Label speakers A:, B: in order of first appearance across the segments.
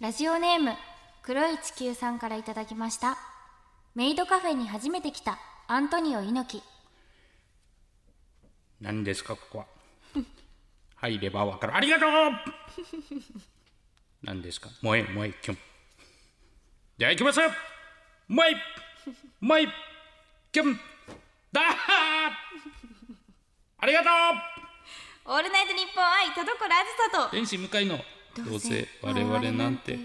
A: ラジオネーム黒い地球さんからいただきましたメイドカフェに初めて来たアントニオ猪木
B: 何ですかここは 入ればわかるありがとう 何ですか萌え萌えキュンじゃあ行きます萌え萌えキュンだーありがと
A: オールナイトニッポン愛田所あ
B: う天使向かいの
A: ずさと
B: どうせ我々なんて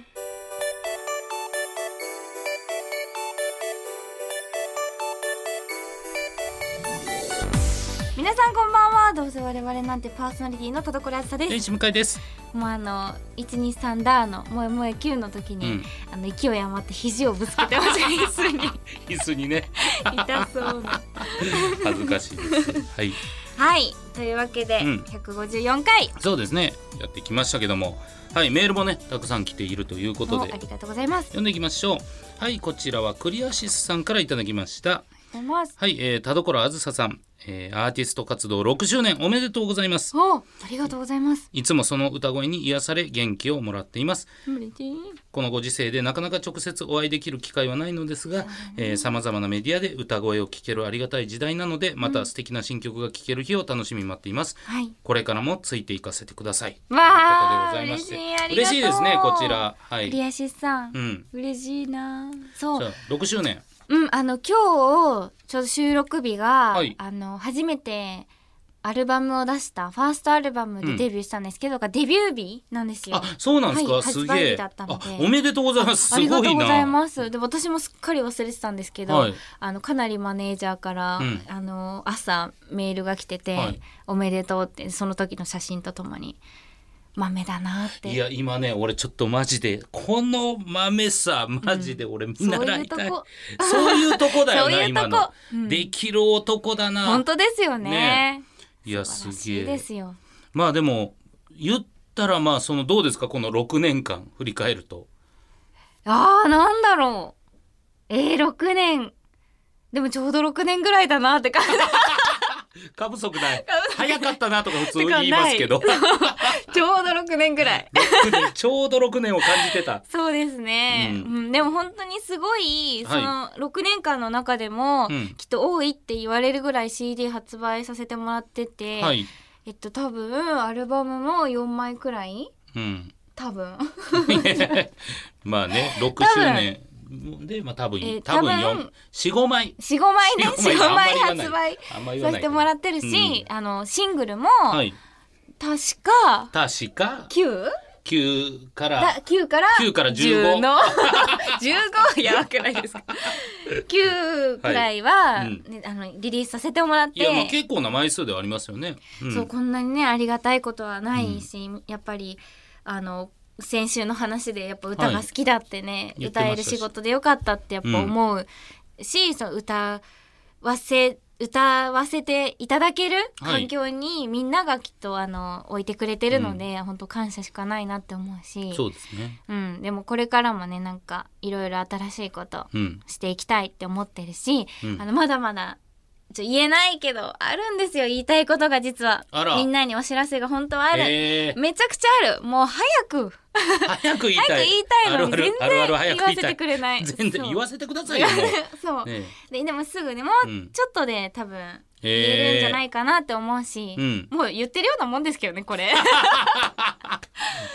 A: 皆さんこんばんはどうせ我々なんてパーソナリティの田所あずさです
B: 天使向かいです
A: もうあの123ダーの「萌え萌え Q」の時に、
B: うん
A: あの勢い余って肘をぶつけてました椅子 に
B: 椅子にね
A: 痛そうな。
B: 恥ずかしいですはい
A: はいというわけで、
B: うん
A: 154回
B: そうですねやってきましたけどもはいメールもねたくさん来ているということ
A: もあ
B: で
A: りがとうございます。ありがと
B: 読んでいきましょうはいこちらはクリアシスさんからいただきました
A: うございます。
B: はい、えー、田所あずささん、えーアーティスト活動6周年おめでとうございます
A: おありがとうございます。
B: いつもその歌声に癒され元気をもらっていますこのご時世でなかなか直接お会いできる機会はないのですがさまざまなメディアで歌声を聴けるありがたい時代なのでまた素敵な新曲が聴ける日を楽しみに待っています、
A: はい。
B: これからもついていかせてください
A: わあ
B: ということでございまし
A: 嬉
B: て嬉
A: し
B: し
A: い
B: い
A: ありがとう
B: ですねこちらは
A: クリ
B: い
A: アシスさん、
B: うん
A: 嬉しいな。そう
B: じゃあ6周年
A: うん、あの今日ちょうど収録日が、
B: はい
A: あの初めてアルバムを出したファーストアルバムでデビューしたんですけど、がデビュー日なんですよ。
B: あそうなんですか、
A: はい
B: す
A: 発売
B: げ
A: 日
B: え
A: だったの
B: あ
A: で
B: おめでとうございますす
A: あ
B: ごい
A: り
B: な
A: がとうございます。で私もすっかり忘れてたんですけど、
B: はい
A: あのかなりマネージャーから、
B: うん
A: あの朝メールが来てて、
B: はい
A: おめでとうってその時の写真とともに豆だなって。
B: いや今ね俺ちょっとマジでこの豆さマジで俺見習いたい、
A: そういうとこ
B: そういうとこだよ
A: そう
B: な
A: いうとこ
B: 今の、
A: うん
B: できる男だな
A: 本当ですよね。
B: ねいや
A: 素晴
B: す
A: らしい
B: げ
A: で
B: え
A: すよ。
B: まあでも言ったらまあそのどうですかこの6年間振り返ると
A: あーなんだろう。えー、6年。でもちょうど6年ぐらいだなって感じ。
B: 過不足ない早かったなとか普通言いますけど
A: ちょうど6年ぐらい。
B: 六年 ちょうど6年を感じてた
A: そうですね、う
B: うんん
A: でも本当にすごい、
B: は
A: その6年間の中でも、
B: うん
A: きっと多いって言われるぐらい CD 発売させてもらってて、
B: はい、
A: えっと多分アルバムも4枚くらい
B: うん、
A: 多 分
B: まあね6周年でまあ多分、
A: えー
B: 多分
A: 多分
B: 4 45枚
A: 45枚ね
B: 四
A: 45枚
B: あんまり
A: 発
B: 言わない
A: 売
B: あんま言
A: さ
B: わな
A: せ
B: い
A: てもらってるし、あのシングルも、
B: はい
A: 確か
B: 確か
A: 9?
B: 9から
A: だ9から
B: 9から
A: 10
B: 15
A: の 15やばくない ですか9くらいは、
B: はいうん
A: ねあのリリースさせてもらっ
B: い
A: て
B: やもう結構な枚数ではありますよね。うん
A: そうこんなにねありがたいことはないし、やっぱりあの先週の話でやっぱ歌が好きだってね、
B: は
A: 歌え
B: い言って
A: る
B: ましたし
A: 仕事でよかったってやっぱ思うし、その歌わせ歌わせていただける
B: は
A: 環
B: い
A: 境にみんながきっとあの置いてくれてるので、本当感謝しかないなって思うし
B: そうですね。
A: うん、でもこれからもねなんかいろいろ新しいこと
B: うん。
A: していきたいって思ってるし、
B: うん
A: あのまだまだちょ言えないけどあるんですよ言いたいことが実は
B: あら
A: みんなにお知らせが本当はある、
B: えー
A: めちゃくちゃあるもう早く
B: 早く言い
A: 早く
B: たい。
A: 言いたいのに
B: ある
A: 全
B: あるあるある
A: 然言
B: 早く
A: わ
B: 言
A: せ
B: いた
A: て
B: い
A: く。れない
B: 全然言わ
A: せ
B: せてくださいよも
A: そう、
B: う。ね
A: ででもすぐねもううんちょっとで多分
B: え
A: 言えるんじゃないかなって思うし、
B: うん
A: もう言ってるようなもんですけどねこれ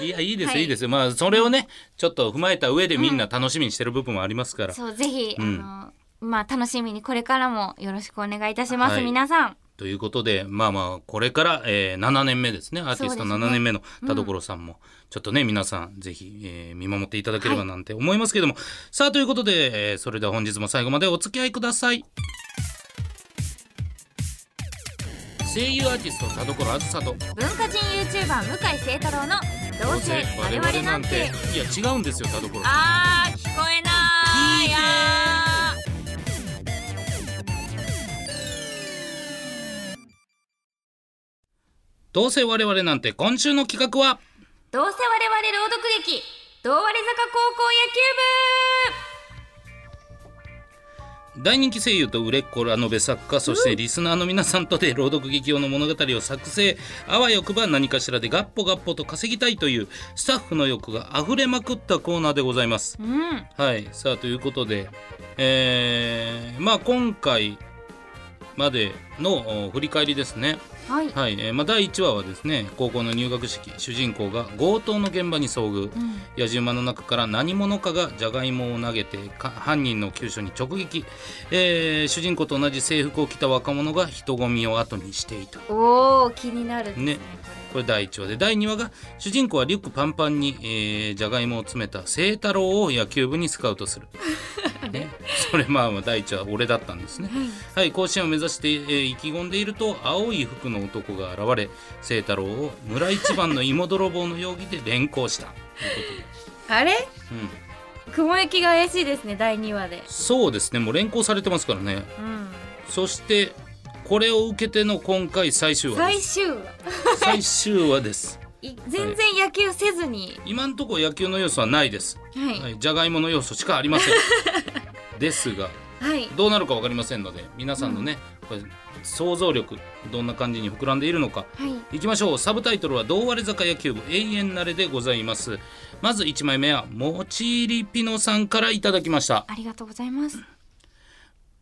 B: いやいいですよ、
A: はい
B: い、いですよまあそれをねちょっと踏まえた上でみんな楽しみにしてる部分もありますから、
A: そうぜひ、
B: うん
A: あのまあ楽しみにこれからもよろしくお願いいたします、
B: はい
A: 皆さん
B: ということでまあまあこれから、えー7年目ですねアーティス
A: そ
B: ト
A: うですね
B: 7年目の田所さんも、ちょっとね皆さんぜひ、えー見守っていただければなんて思いますけれども、さあということで、えーそれでは本日も最後までお付き合いください声優アーティスト田所あずさと
A: 文化人 YouTuber 向井聖太郎の「どうせ我々なんて
B: いや違うんですよ田所」さん
A: あー聞こえないあー
B: どうせ我々なんて今週の企画は
A: どうせ我々朗読劇「どうわれ坂高校野球
B: 大人気声優と売れっ子ラノベ作家そしてリスナーの皆さんとで朗読劇用の物語を作成あわよくば何かしらでガッポガッポと稼ぎたいというスタッフの欲が溢れまくったコーナーでございます。
A: うん
B: はいさあということで、えーまあ、今回までのお振り返りですね。
A: はい、
B: はいえーまあ、第1話はですね高校の入学式主人公が強盗の現場に遭遇。
A: うん
B: 野じ馬の中から何者かがじゃがいもを投げてか犯人の急所に直撃、えー主人公と同じ制服を着た若者が人混みを後にしていた
A: おお気になるですね
B: ねこれ第1話で第2話が主人公はリュックパンパンに、えー、じゃがいもを詰めた清太郎を野球部にスカウトする、 ね、それまあまあ第1話俺だったんですねはい甲子園を目指して、えー意気込んでいると青い服の男が現れ清太郎を村一番の芋泥棒の容疑で連行したというこ
A: あれ
B: とで、うん
A: 雲行きが怪しいですね第2話で
B: そうですねもう連行されてますからね
A: うん
B: そしてこれを受けての今回最終話
A: 最
B: です
A: 終話
B: 最終話です
A: い全然野球せずに
B: 今のところ野球の要素はないです
A: はい
B: はいじゃがいもの要素しかありません ですが
A: はい
B: どうなるか分かりませんので皆さんのね、これ想像力どんな感じに膨らんでいるのか
A: はい
B: いきましょうサブタイトルは「どうわれ坂野球部永遠なれ」でございますまず1枚目はもちりぴのさんからいただきました
A: ありがとうございます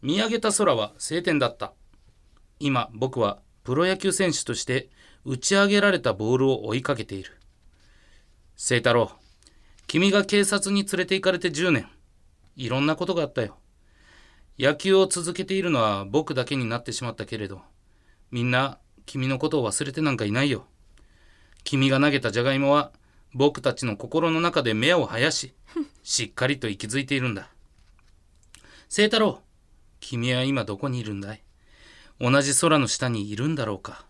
B: 見上げた空は晴天だった今僕はプロ野球選手として打ち上げられたボールを追いかけている清太郎君が警察に連れて行かれて10年いろんなことがあったよ野球を続けているのは僕だけになってしまったけれどみんな君のことを忘れてなんかいないよ君が投げたじゃがいもは僕たちの心の中で目を生やししっかりと息づいているんだ清太郎君は今どこにいるんだい同じ空の下にいるんだろうか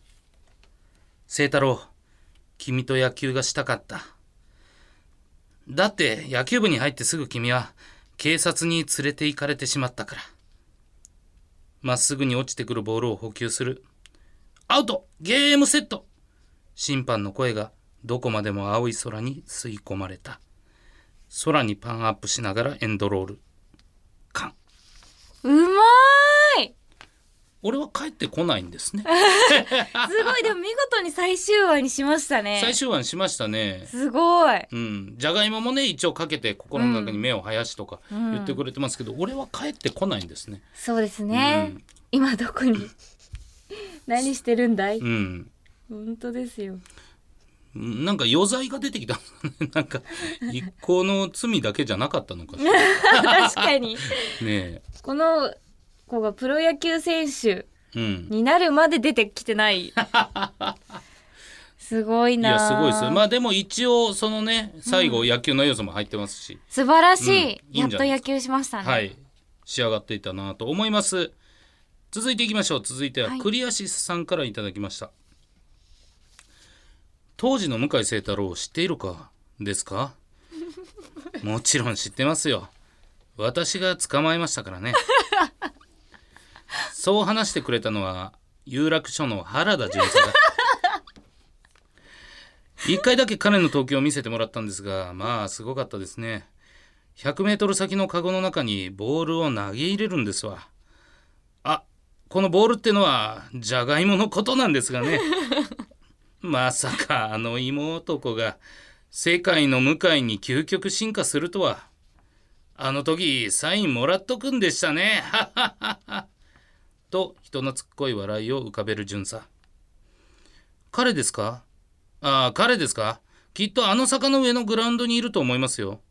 B: 清太郎君と野球がしたかっただって野球部に入ってすぐ君は警察に連れて行かれてしまったからまっすぐに落ちてくるボールを補給するアウトゲームセット審判の声がどこまでも青い空に吸い込まれた空にパンアップしながらエンドロール完
A: うまーい
B: 俺は帰ってこないんですね。
A: すごいでも見事に最終話にしましたね
B: 最終話にしましたね。
A: すごい
B: うん、じゃがいももね一応かけて心の中に目を生やしとか
A: うん
B: 言ってくれてますけど、俺は帰ってこないんですね。
A: そうですね、今どこに 何してるんだい、
B: うん、
A: 本当ですよ
B: なんか余罪が出てきた なんか一行の罪だけじゃなかったのかしらね
A: 確かに
B: え。
A: この子がプロ野球選手
B: うん、
A: になるまで出てきてないすごい
B: い
A: な
B: やすごいですよまあでも一応そのね最後野球の要素も入ってますし、
A: 素晴らしい,、
B: うんいい
A: や
B: ん
A: っ
B: じゃ
A: と
B: ない
A: 野球しましたね、
B: はい仕上がっていたなと思います続いていきましょう続いては
A: はい
B: クリアシスさんからいただきました、当時の向井聖太郎を知っているかで すかもちろん知ってますよ私が捕まえましたか らねそう話してくれたのは有楽署の原田巡 査だ1回だけ彼の投球を見せてもらったんですがまあすごかったですね100メートル先のカゴの中にボールを投げ入れるんですわ。あ、このボールってのはジャガイモのことなんですがね。 まさかあの芋男が世界の向かいに究極進化するとは。あの時サインもらっとくんでしたね。ははははと人懐っこい笑いを浮かべる巡査。彼ですかああ、彼ですかきっとあの坂の上のグラウンドにいると思いますよ。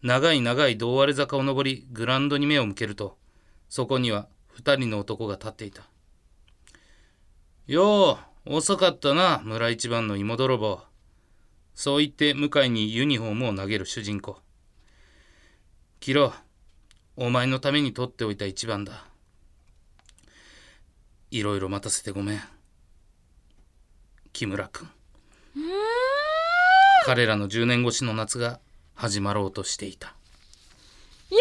B: 長い長い胴割れ坂を登りグラウンドに目を向けるとそこには二人の男が立っていたよう遅かったな村一番の芋泥棒そう言って向井にユニフォームを投げる主人公キロお前のために取っておいた一番だいろいろ待たせてごめん木村君彼らの10年越しの夏が始まろうとしていた
A: いや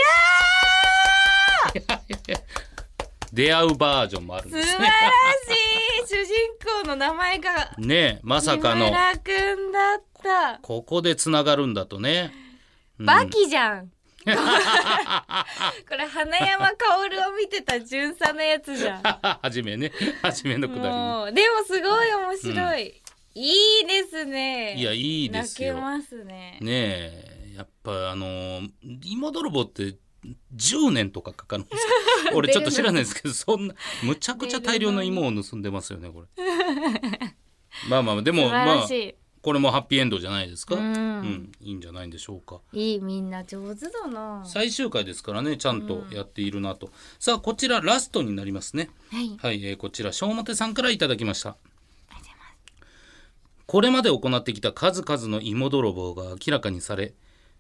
B: 出会うバージョンもあるん
A: ー
B: で
A: 素
B: す
A: 晴
B: ね
A: らしい 主人公の名前が
B: ねえまさ
A: 木
B: かの
A: 村くんだった
B: ここでつながるんだとね、うん
A: バキじゃん、これ花山薫を見てた巡査のやつじゃん。
B: はじめねはじめのくだりね
A: もうでもすごい面白い。いいですね。
B: いやいいですよ
A: 泣けますね。
B: ねえやっぱあのー芋泥棒って10年とかかかるんです か俺ちょっと知らないですけどそんなむちゃくちゃ大量の芋を盗んでますよねこれ まあまあでも
A: 素晴
B: ま
A: ら
B: あ
A: しい。
B: これもハッピーエンドじゃないですか
A: う
B: うんんいいんじゃないんでしょうか
A: いいみんな上手だな。は
B: 最終回ですからねちゃんとやっているなとさあこちらラストになりますね
A: い。
B: はい、えーこちら小表さんからいただきましたこれまで行ってきた数々の芋泥棒が明らかにされ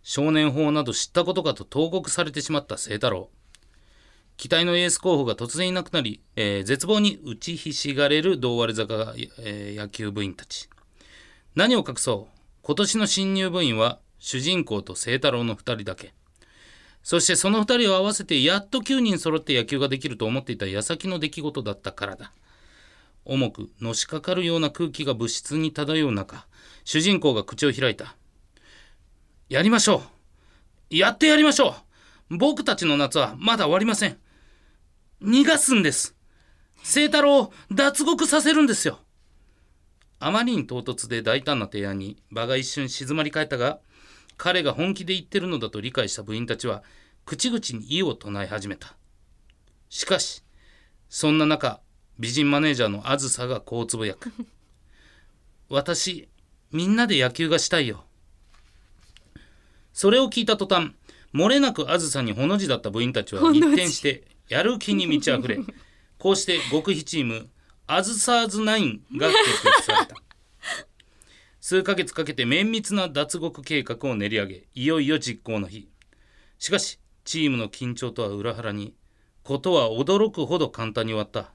B: 少年法など知ったことかと投獄されてしまった清太郎期待のエース候補が突然いなくなり、えー絶望に打ちひしがれる胴割れ坂、えー野球部員たち何を隠そう今年の新入部員は主人公と清太郎の2人だけそしてその2人を合わせてやっと9人揃って野球ができると思っていた矢先の出来事だったからだ重くのしかかるような空気が物質に漂う中主人公が口を開いた「やりましょうやってやりましょう僕たちの夏はまだ終わりません逃がすんです清太郎を脱獄させるんですよ」あまりに唐突で大胆な提案に場が一瞬静まり返ったが彼が本気で言ってるのだと理解した部員たちは口々に意を唱え始めたしかしそんな中美人マネージャーのあずさがこうつぶやく 私みんなで野球がしたいよそれを聞いた途端漏れなくあずさにほの字だった部員たちは一転してやる気に満ち 溢れこうして極秘チームあずさーズナインが結成された数ヶ月かけて綿密な脱獄計画を練り上げいよいよ実行の日しかしチームの緊張とは裏腹にことは驚くほど簡単に終わった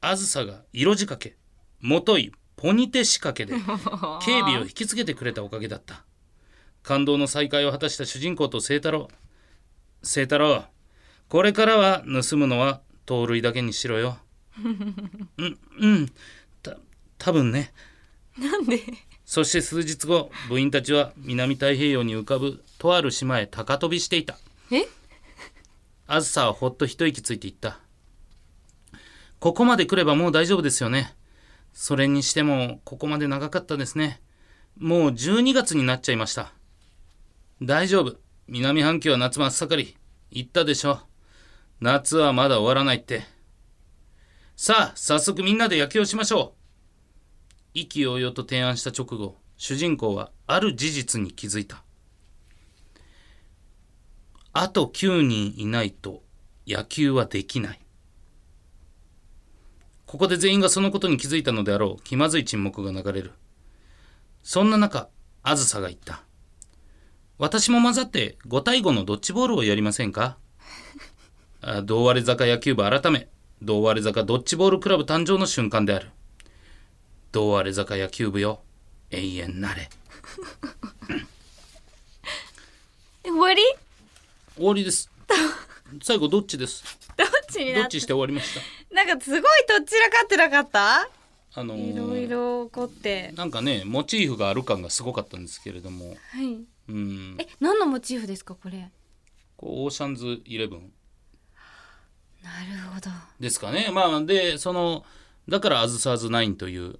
B: あずさが色仕掛けもといポニテ仕掛けで警備を引きつけてくれたおかげだった感動の再会を果たした主人公と清太郎清太郎これからは盗むのは盗塁だけにしろ ようんうんた多分ね
A: なんで。
B: そして数日後部員たちは南太平洋に浮かぶとある島へ高飛びしていた
A: え。
B: あずさはほっと一息ついていったここまで来ればもう大丈夫ですよねそれにしてもここまで長かったですねもう12月になっちゃいました大丈夫南半球は夏真っ盛り言ったでしょ夏はまだ終わらないってさあ早速みんなで野球をしましょう意気揚々と提案した直後主人公はある事実に気づいたあと9人いないと野球はできないここで全員がそのことに気づいたのであろう気まずい沈黙が流れるそんな中あずさが言った私も混ざって5対5のドッジボールをやりませんかあ同割れ坂野球部改め同割れ坂ドッジボールクラブ誕生の瞬間である同割れ坂野球部よ永遠なれ
A: 終わり。
B: 終わりです最後どっちです
A: どっちに
B: ど
A: なっ
B: っちして終わりました
A: なんかすごいどちらかってなかった。
B: あのー
A: いろいろ怒って。
B: なんかねモチーフがある感がすごかったんですけれども
A: はい。
B: うん
A: え、何のモチーフですか、これ。な
B: こうオーシャンズイレブン
A: るほど。
B: ですかねまあでそのだから「アズサーズナイン」という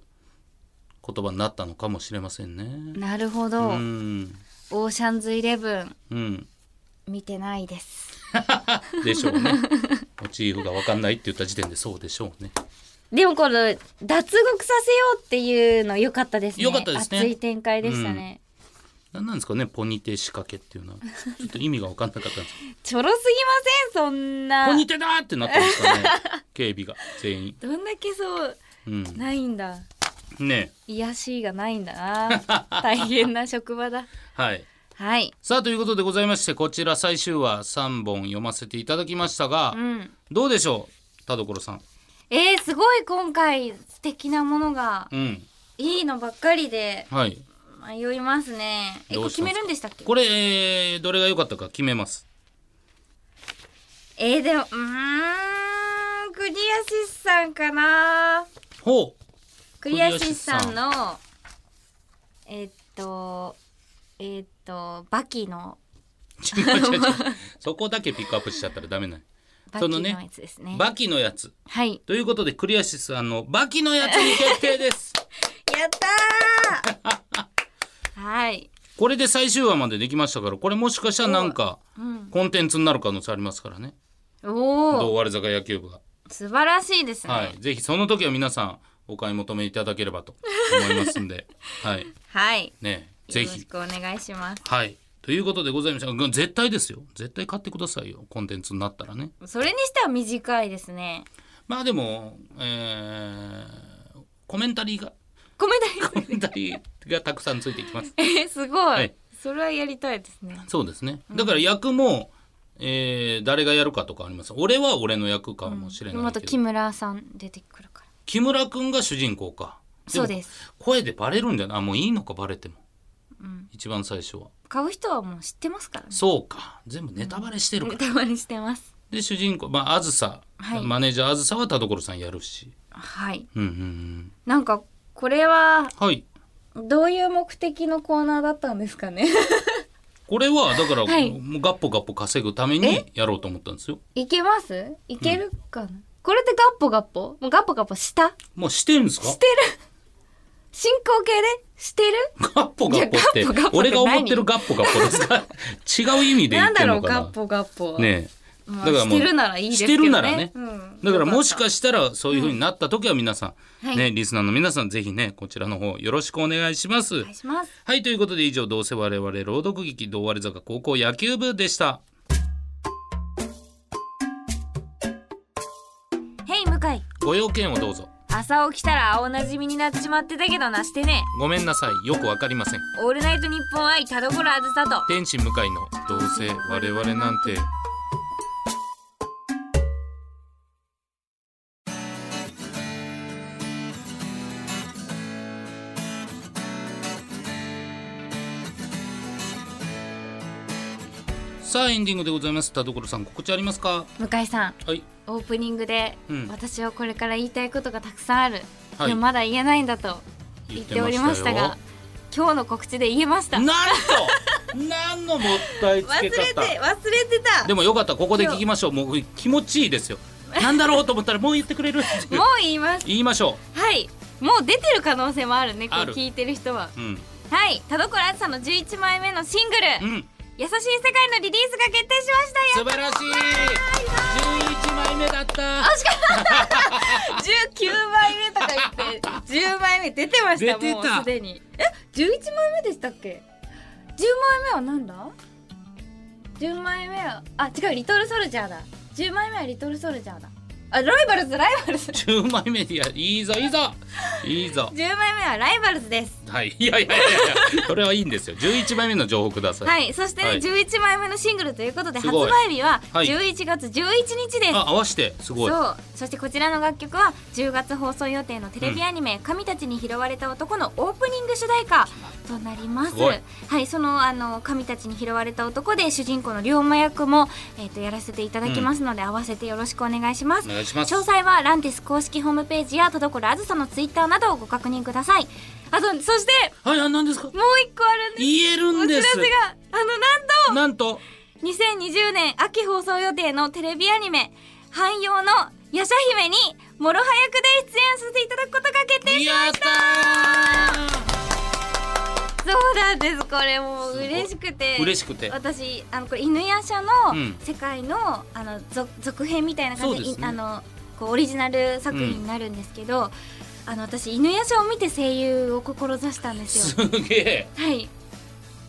B: 言葉になったのかもしれませんね
A: なるほ
B: う
A: ど。
B: ん
A: オーシャンズイレブン。
B: うん
A: 見てないです。
B: でし ょうねモチーフが分かんないって言った時点でそうでしょうね
A: でもこの脱獄させようっていうの良かったですね。
B: 良かったですね
A: 熱い展開でしたね。
B: 何なんですかねポニテ仕掛けっていうのはちょっと意味が分かんなかったんです けど
A: ちょろすぎませんそんな。
B: ポニテだーってなってますからね警備が全員、
A: どんだけそう
B: うん、
A: ないんだ。
B: ね
A: 癒しがないんだな。 大変な職場だ。
B: えはい
A: はい。
B: さあということでございましてこちら最終話3本読ませていただきましたが、
A: うん。
B: どうでしょう田所さん
A: えー、すごい今回素敵なものが
B: うん
A: いいのばっかりで
B: はい
A: 迷いますね。え、
B: ど
A: こ
B: う
A: れ
B: し
A: 決
B: ます
A: め
B: か
A: るんでしたっけ？
B: これ、えーどれが良かったか決めます
A: えー、でもうーんクリアシスさんかな。
B: ほう
A: クリアシスさんのえーっとえーっとバキの
B: 違う違う違うそこだけピックアップしちゃったらダメない
A: バ
B: そ
A: キ
B: の
A: の
B: ね
A: やつですね。
B: バキのやつ
A: はい。
B: ということでクリアシスさんのバキのやつに決定です
A: やった ー。はい。
B: これで最終話までできましたからこれもしかしたらなんか
A: うん。
B: コンテンツになる可能性ありますからね
A: お
B: 同
A: お。
B: 割坂野球部が
A: 素晴らしいですね。
B: はいぜひその時は皆さんお買い求めいただければと思います んではい
A: はい。
B: ねぜ
A: よろし
B: ひ
A: くお願いします。
B: はいということでございましたが絶対ですよ絶対買ってくださいよコンテンツになったらね
A: それにしては短いですね。
B: まあでも、えーコメンタリーが
A: コメント。
B: コメンタリーがたくさんついてきます
A: えすご
B: はい
A: い。それはやりたいですね。
B: そうですねだから役も、えー誰がやるかとかあります俺は俺の役かもしれない
A: ま
B: け
A: た
B: ど、
A: 木村さん出てくるから。
B: 木村君が主人公か
A: そう
B: も
A: です。
B: 声でバレるんじゃないあもういいのかバレても
A: うん。
B: 一番最初は
A: 買う人はもう知ってますからね。
B: そうか全部ネタバレしてるか ら、
A: たまにしてます。
B: で主人公まああずさ
A: はい
B: マネージャーあずさは田所さんやるし
A: はい。
B: うんうんうん
A: なんかこれは
B: はい
A: どういう目的のコーナーだったんですかね
B: これはだから、
A: はい
B: もうガッポガッポ稼ぐためにやろうと思ったんですよ
A: いけますいけるかな、これでガッポガッポもうガッポガッポした
B: もうしてるんですか
A: してる 進行形でしてる
B: ガッポガッポって
A: いやガッポガッポって
B: 俺が思ってるガッポガッポですか違う意味で言
A: な
B: っ
A: ん
B: て
A: だ
B: る
A: ろ
B: の
A: う
B: か
A: ガッ
B: な
A: ポガッポ、
B: ねえ
A: まあ、してるならいいですけどね
B: してるならね、
A: うん
B: だからもし
A: よ
B: かしたらそういう風になった時は皆さん、
A: はい
B: ねリスナーの皆さんぜひねこちらの方よろしくお願いします。
A: お願いします
B: はい、ということで以上、どうせ我々朗読劇、どう割れ坂高校野球部でした。
A: ヘイ向井
B: ご用件をどうぞ。
A: 朝起きたら青なじみになっちまってたけどなしてね
B: ごめんなさい、よくわかりません。
A: オールナイトニッポン愛田所あずさと
B: 天使向かいの、どうせ我々なんて。さあエンディングでございます田所さん告知ありますか
A: 向井さん
B: はい
A: オープニングで、
B: うん
A: 私はこれから言いたいことがたくさんある、
B: はい
A: でもまだ言えないんだと言っておりました
B: よ
A: が今日の告知で言えました
B: なん
A: 忘
B: となんのもったいつ
A: れ
B: け
A: て忘れ
B: 方
A: てた
B: でもよかったここで聞きましょうもう気持ちいいですよなんだろうと思ったらもう言ってくれる
A: もう言います
B: 言いましょ
A: はいもう出てる可能性もあるねこ
B: あ
A: れ
B: る
A: 聞いてる人は
B: ううん
A: はい田所あずさの11枚目のシングル
B: うん
A: 「優しい世界」のリリースが決定しましたよ
B: 素晴らしい11枚目だった
A: 19枚目とか言って10枚目出てました
B: 出て
A: もう
B: た
A: すでにえ11枚目でしたっけ10枚目はなんだ10枚目はあ違うリトルソルジャーだ10枚目はリトルソルジャーだあライバルズライバルズ
B: 10枚目でやいいぞいいぞいいぞ
A: 10枚目はライバルズです
B: はいいやいやいやいやそれはいいんですよ11枚目の情報ください、
A: はいそしてね、
B: はい
A: 11枚目のシングルということです発
B: ごい
A: 売日は
B: はい
A: 11月11日です、
B: あ合わせてすごい
A: そうそしてこちらの楽曲は10月放送予定のテレビアニメ「神たちに拾われた男」のオープニング主題歌となります
B: すごい
A: はいそのあの「神たちに拾われた男」で主人公の龍馬役も、えー、とやらせていただきますので、合わせてよろしくお願いします
B: お願いします
A: 詳細はランティス公式ホームページや田所あずさのツイッターなどをご確認くださいあとそして
B: はいあ何ですか
A: もう一個あるんです
B: 言えるんです
A: お知らせがあのなんと
B: なんと
A: 2020年秋放送予定のテレビアニメ「汎用のやしゃ姫」にもろは役で出演させていただくことが決定し
B: やったー
A: そうなんですこれもう
B: すごい
A: 嬉しくて
B: 嬉しくて
A: 私あのこれ犬夜叉
B: う
A: の
B: ん
A: 世界の,、あの続続編みたいな感じで
B: そうですね
A: いあのこうオリジナル作品になるんですけど、あの私犬夜叉を見て声優を志したんです
B: す
A: よ。
B: げえ
A: はい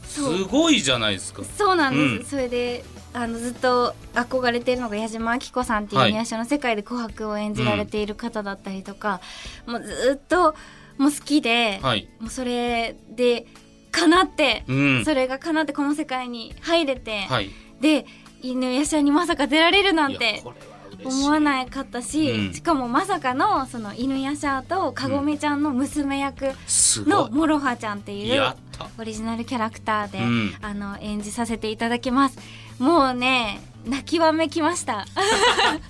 A: そう
B: すごいじゃないですか
A: そうなんです、そ
B: うん
A: れであのずっと憧れてるのが矢島明子さんっていう
B: はい
A: 犬夜叉の世界で紅白を演じられている方だったりとか、もうずっともう好きで、
B: はい
A: もうそれでかなって、
B: うん
A: それがかなってこの世界に入れて、
B: はい
A: で犬夜叉にまさか出られるなん
B: いや
A: て
B: これは嬉しい
A: 思わなかったし、
B: うん
A: しかもまさかのその犬夜叉とかごめちゃんの娘役
B: すご
A: の
B: い
A: もろはちゃんっていう
B: やった
A: オリジナルキャラクターで。
B: うん
A: あの演じさせていただきますもうね泣きわめきました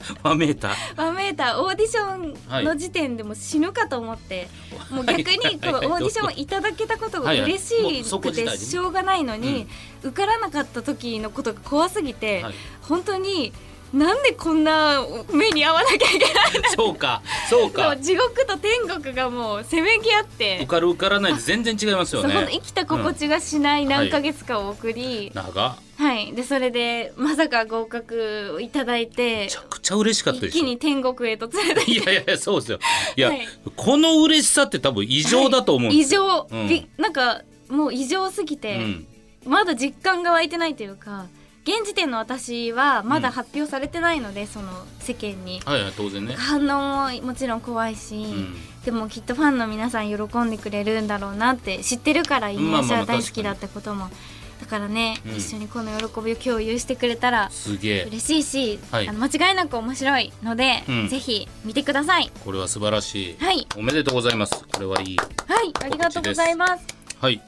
B: ファメーター
A: ワメーターオーディションの時点でもう死ぬかと思って、もう逆にこのオーディションをいただけたことが
B: はいはい
A: 嬉し
B: もうそこ
A: く
B: 自体
A: て
B: に
A: しょうがないのに、受からなかった時のことが怖すぎて、
B: はい
A: 本当になんでこんな目に遭わなきゃいけない
B: そうかそう
A: の
B: か
A: 地獄と天国がもうせめぎ合って、
B: 受かる受からないで全然違います
A: そう
B: よ
A: 本当
B: ね
A: 生きた心地がしない何ヶ月間を送り、
B: 長っ
A: はい、でそれでまさか合格をいただいて
B: めちゃくちゃ嬉しかった
A: 一
B: でし
A: 気
B: ょ
A: に天国へと連れて
B: いやいやいやそう ですよいや、
A: はい
B: この嬉しさって多分異常だと思うんで
A: 異
B: すよ、
A: 常、
B: うん
A: びなんかもう異常すぎて、
B: うん
A: まだ実感が湧いてないというか現時点の私はまだ発表されてないので、その世間に
B: はいはい当然ね、
A: 反応ももちろん怖いし、
B: うん
A: でもきっとファンの皆さん喜んでくれるんだろうなって知ってるからイメージは大好きだってことも、だからね、
B: うん
A: 一緒にこの喜びを共有してくれたら
B: すげえ
A: 嬉しいし、
B: はい
A: あの間違いなく面白いので、
B: うん
A: ぜひ見てください
B: これは素晴らしい、
A: はい
B: おめでとうございますこれはいい
A: はいありがとうございます
B: はい。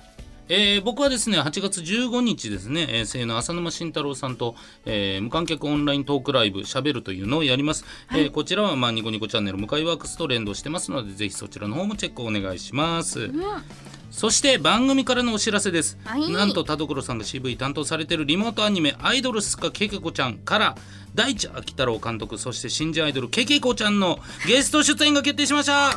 B: えー僕はですね8月15日ですね、えー声優の浅沼慎太郎さんと、えー無観客オンライントークライブ「しゃべる」というのをやります、えーこちらは、まあ、ニコニコチャンネル向井ワークスと連動してますのでぜひそちらの方もチェックお願いします、そして番組からのお知らせです、
A: はい
B: なんと田所さんが CV 担当されているリモートアニメ「アイドルすかけけこちゃん」から大地秋太郎監督そして新人アイドルけけこちゃんのゲスト出演が決定しました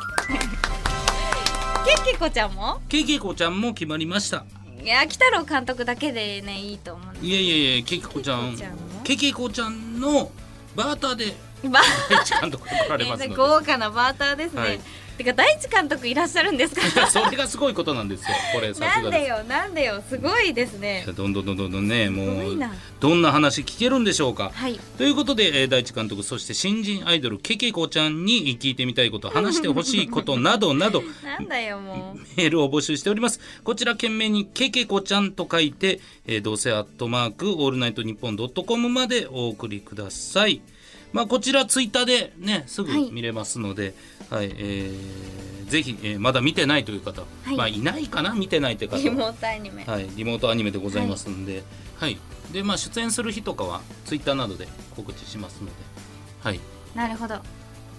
A: けっけこちゃんも
B: けけこちゃんも決まりました
A: いや秋太郎監督だけでねいいと思う
B: いやいやいや、けけこちゃん
A: けけこちゃんの。
B: けけこちゃんのバーターで。
A: バ
B: 大地監督が来られま
A: ー
B: すので。
A: 豪華なバーターですね、
B: はい
A: てか大地監督いらっしゃるんですか
B: いやそれがすごいことなんですよ。これさ
A: な
B: す
A: ん
B: が
A: で
B: で
A: よなんでよすごいですね
B: す。どんどんどんどんどんね、も
A: ごいうな
B: どんな話聞けるんでしょうか。
A: はい
B: ということで、えー大地監督そして新人アイドルけけこちゃんに聞いてみたいこと話してほしいことなどなど
A: なんだよもう
B: メールを募集しておりますこちら懸命にけけこちゃんと書いて、えー、どうせアットマークオールナイトニッポンドットコムまでお送りくださいまあこちらツイッターでねすぐ
A: はい
B: 見れますので、はいえーぜひ、えーまだ見てないという方、
A: はい
B: まあいないかな見てないという方
A: リモートアニメ、
B: はい、リモートアニメでございますので、はいでまあ、出演する日とかはツイッターなどで告知しますので、はい、
A: なるほど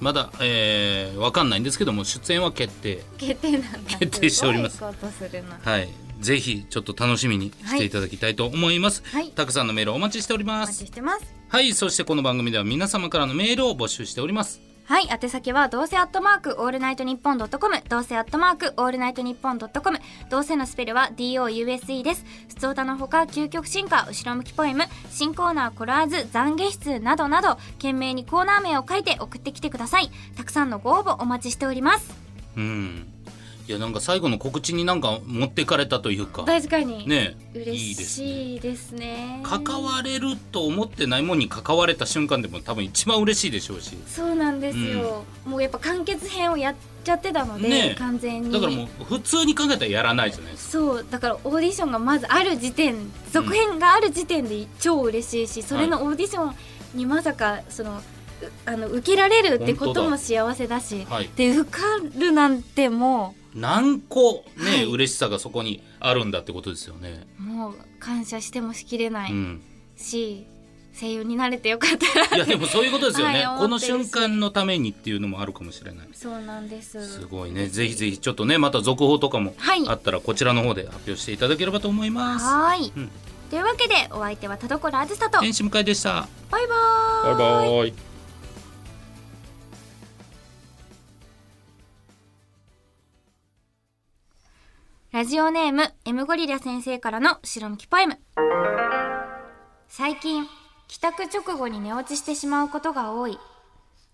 B: まだ、えー、わかんないんですけども出演は決定
A: 決定なんだ
B: 決定しております
A: すごいことするな
B: はい、ぜひちょっと楽しみにしていただきたいと思います、
A: はい
B: たくさんのメールお待ちしており
A: お
B: ま
A: 待
B: す
A: ちしてます
B: はいそしてこの番組では皆様からのメールを募集しております
A: はい宛先はどうせアットマークオールナイトニッポンドットコムどうせアットマークオールナイトニッポンドットコムどうせのスペルは DOUSE です普通歌のほか究極進化後ろ向きポエム新コーナーコラーズ懺悔室などなど懸命にコーナー名を書いて送ってきてくださいたくさんのご応募お待ちしております
B: うんいやなんか最後の告知になんか持ってかれたというか
A: 大事会に、
B: ねえい
A: 嬉
B: いですね
A: しいですね
B: 関われると思ってないもんに関われた瞬間でも多分一番嬉しいでしょうし
A: そうなんですよ、もうやっぱ完結編をやっちゃってたので、
B: ねえ
A: 完全に
B: だからもう普通に考えたらやらないじゃないですか
A: そうだからオーディションがまずある時点続編がある時点で超嬉しいし、それのオーディションにまさかそのうあの受けられるってこ
B: 本当
A: と
B: だ
A: も幸せだし
B: はい
A: で受かるなんても
B: 何個ね、
A: はい
B: 嬉しさがそこにあるんだってことですよね、
A: うもう感謝してもしきれない
B: うん
A: し、声優になれてよかったな
B: いや
A: って
B: でもそういうことですよね、
A: はい
B: こ
A: 思
B: の
A: ってる
B: 瞬
A: し
B: 間のためにっていうのもあるかもしれない
A: そうなんです
B: すごいねぜひぜひちょっとねまた続報とかも
A: はい
B: あったらこちらの方で発表していただければと思います
A: はーい、
B: うん
A: というわけでお相手は田所あずさと
B: 天使向かいでした
A: バイバーイ
B: イ
A: ラジオネーム M ゴリラ先生からの白向きポエム最近帰宅直後に寝落ちしてしまうことが多い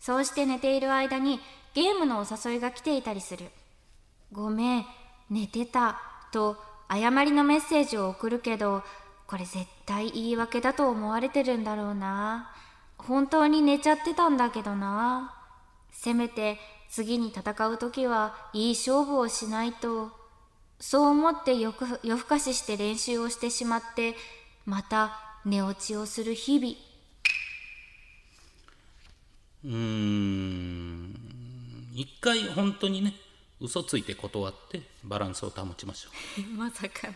A: そうして寝ている間にゲームのお誘いが来ていたりするごめん寝てたと謝りのメッセージを送るけどこれ絶対言い訳だと思われてるんだろうな本当に寝ちゃってたんだけどなせめて次に戦う時はいい勝負をしないとそう思って夜ふ夜更かしして練習をしてしまってまた寝落ちをする日 々
B: うーん一回本当にね嘘ついて断ってバランスを保ちましょう
A: まさかな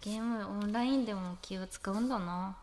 A: ゲームオンラインでも気を使うんだな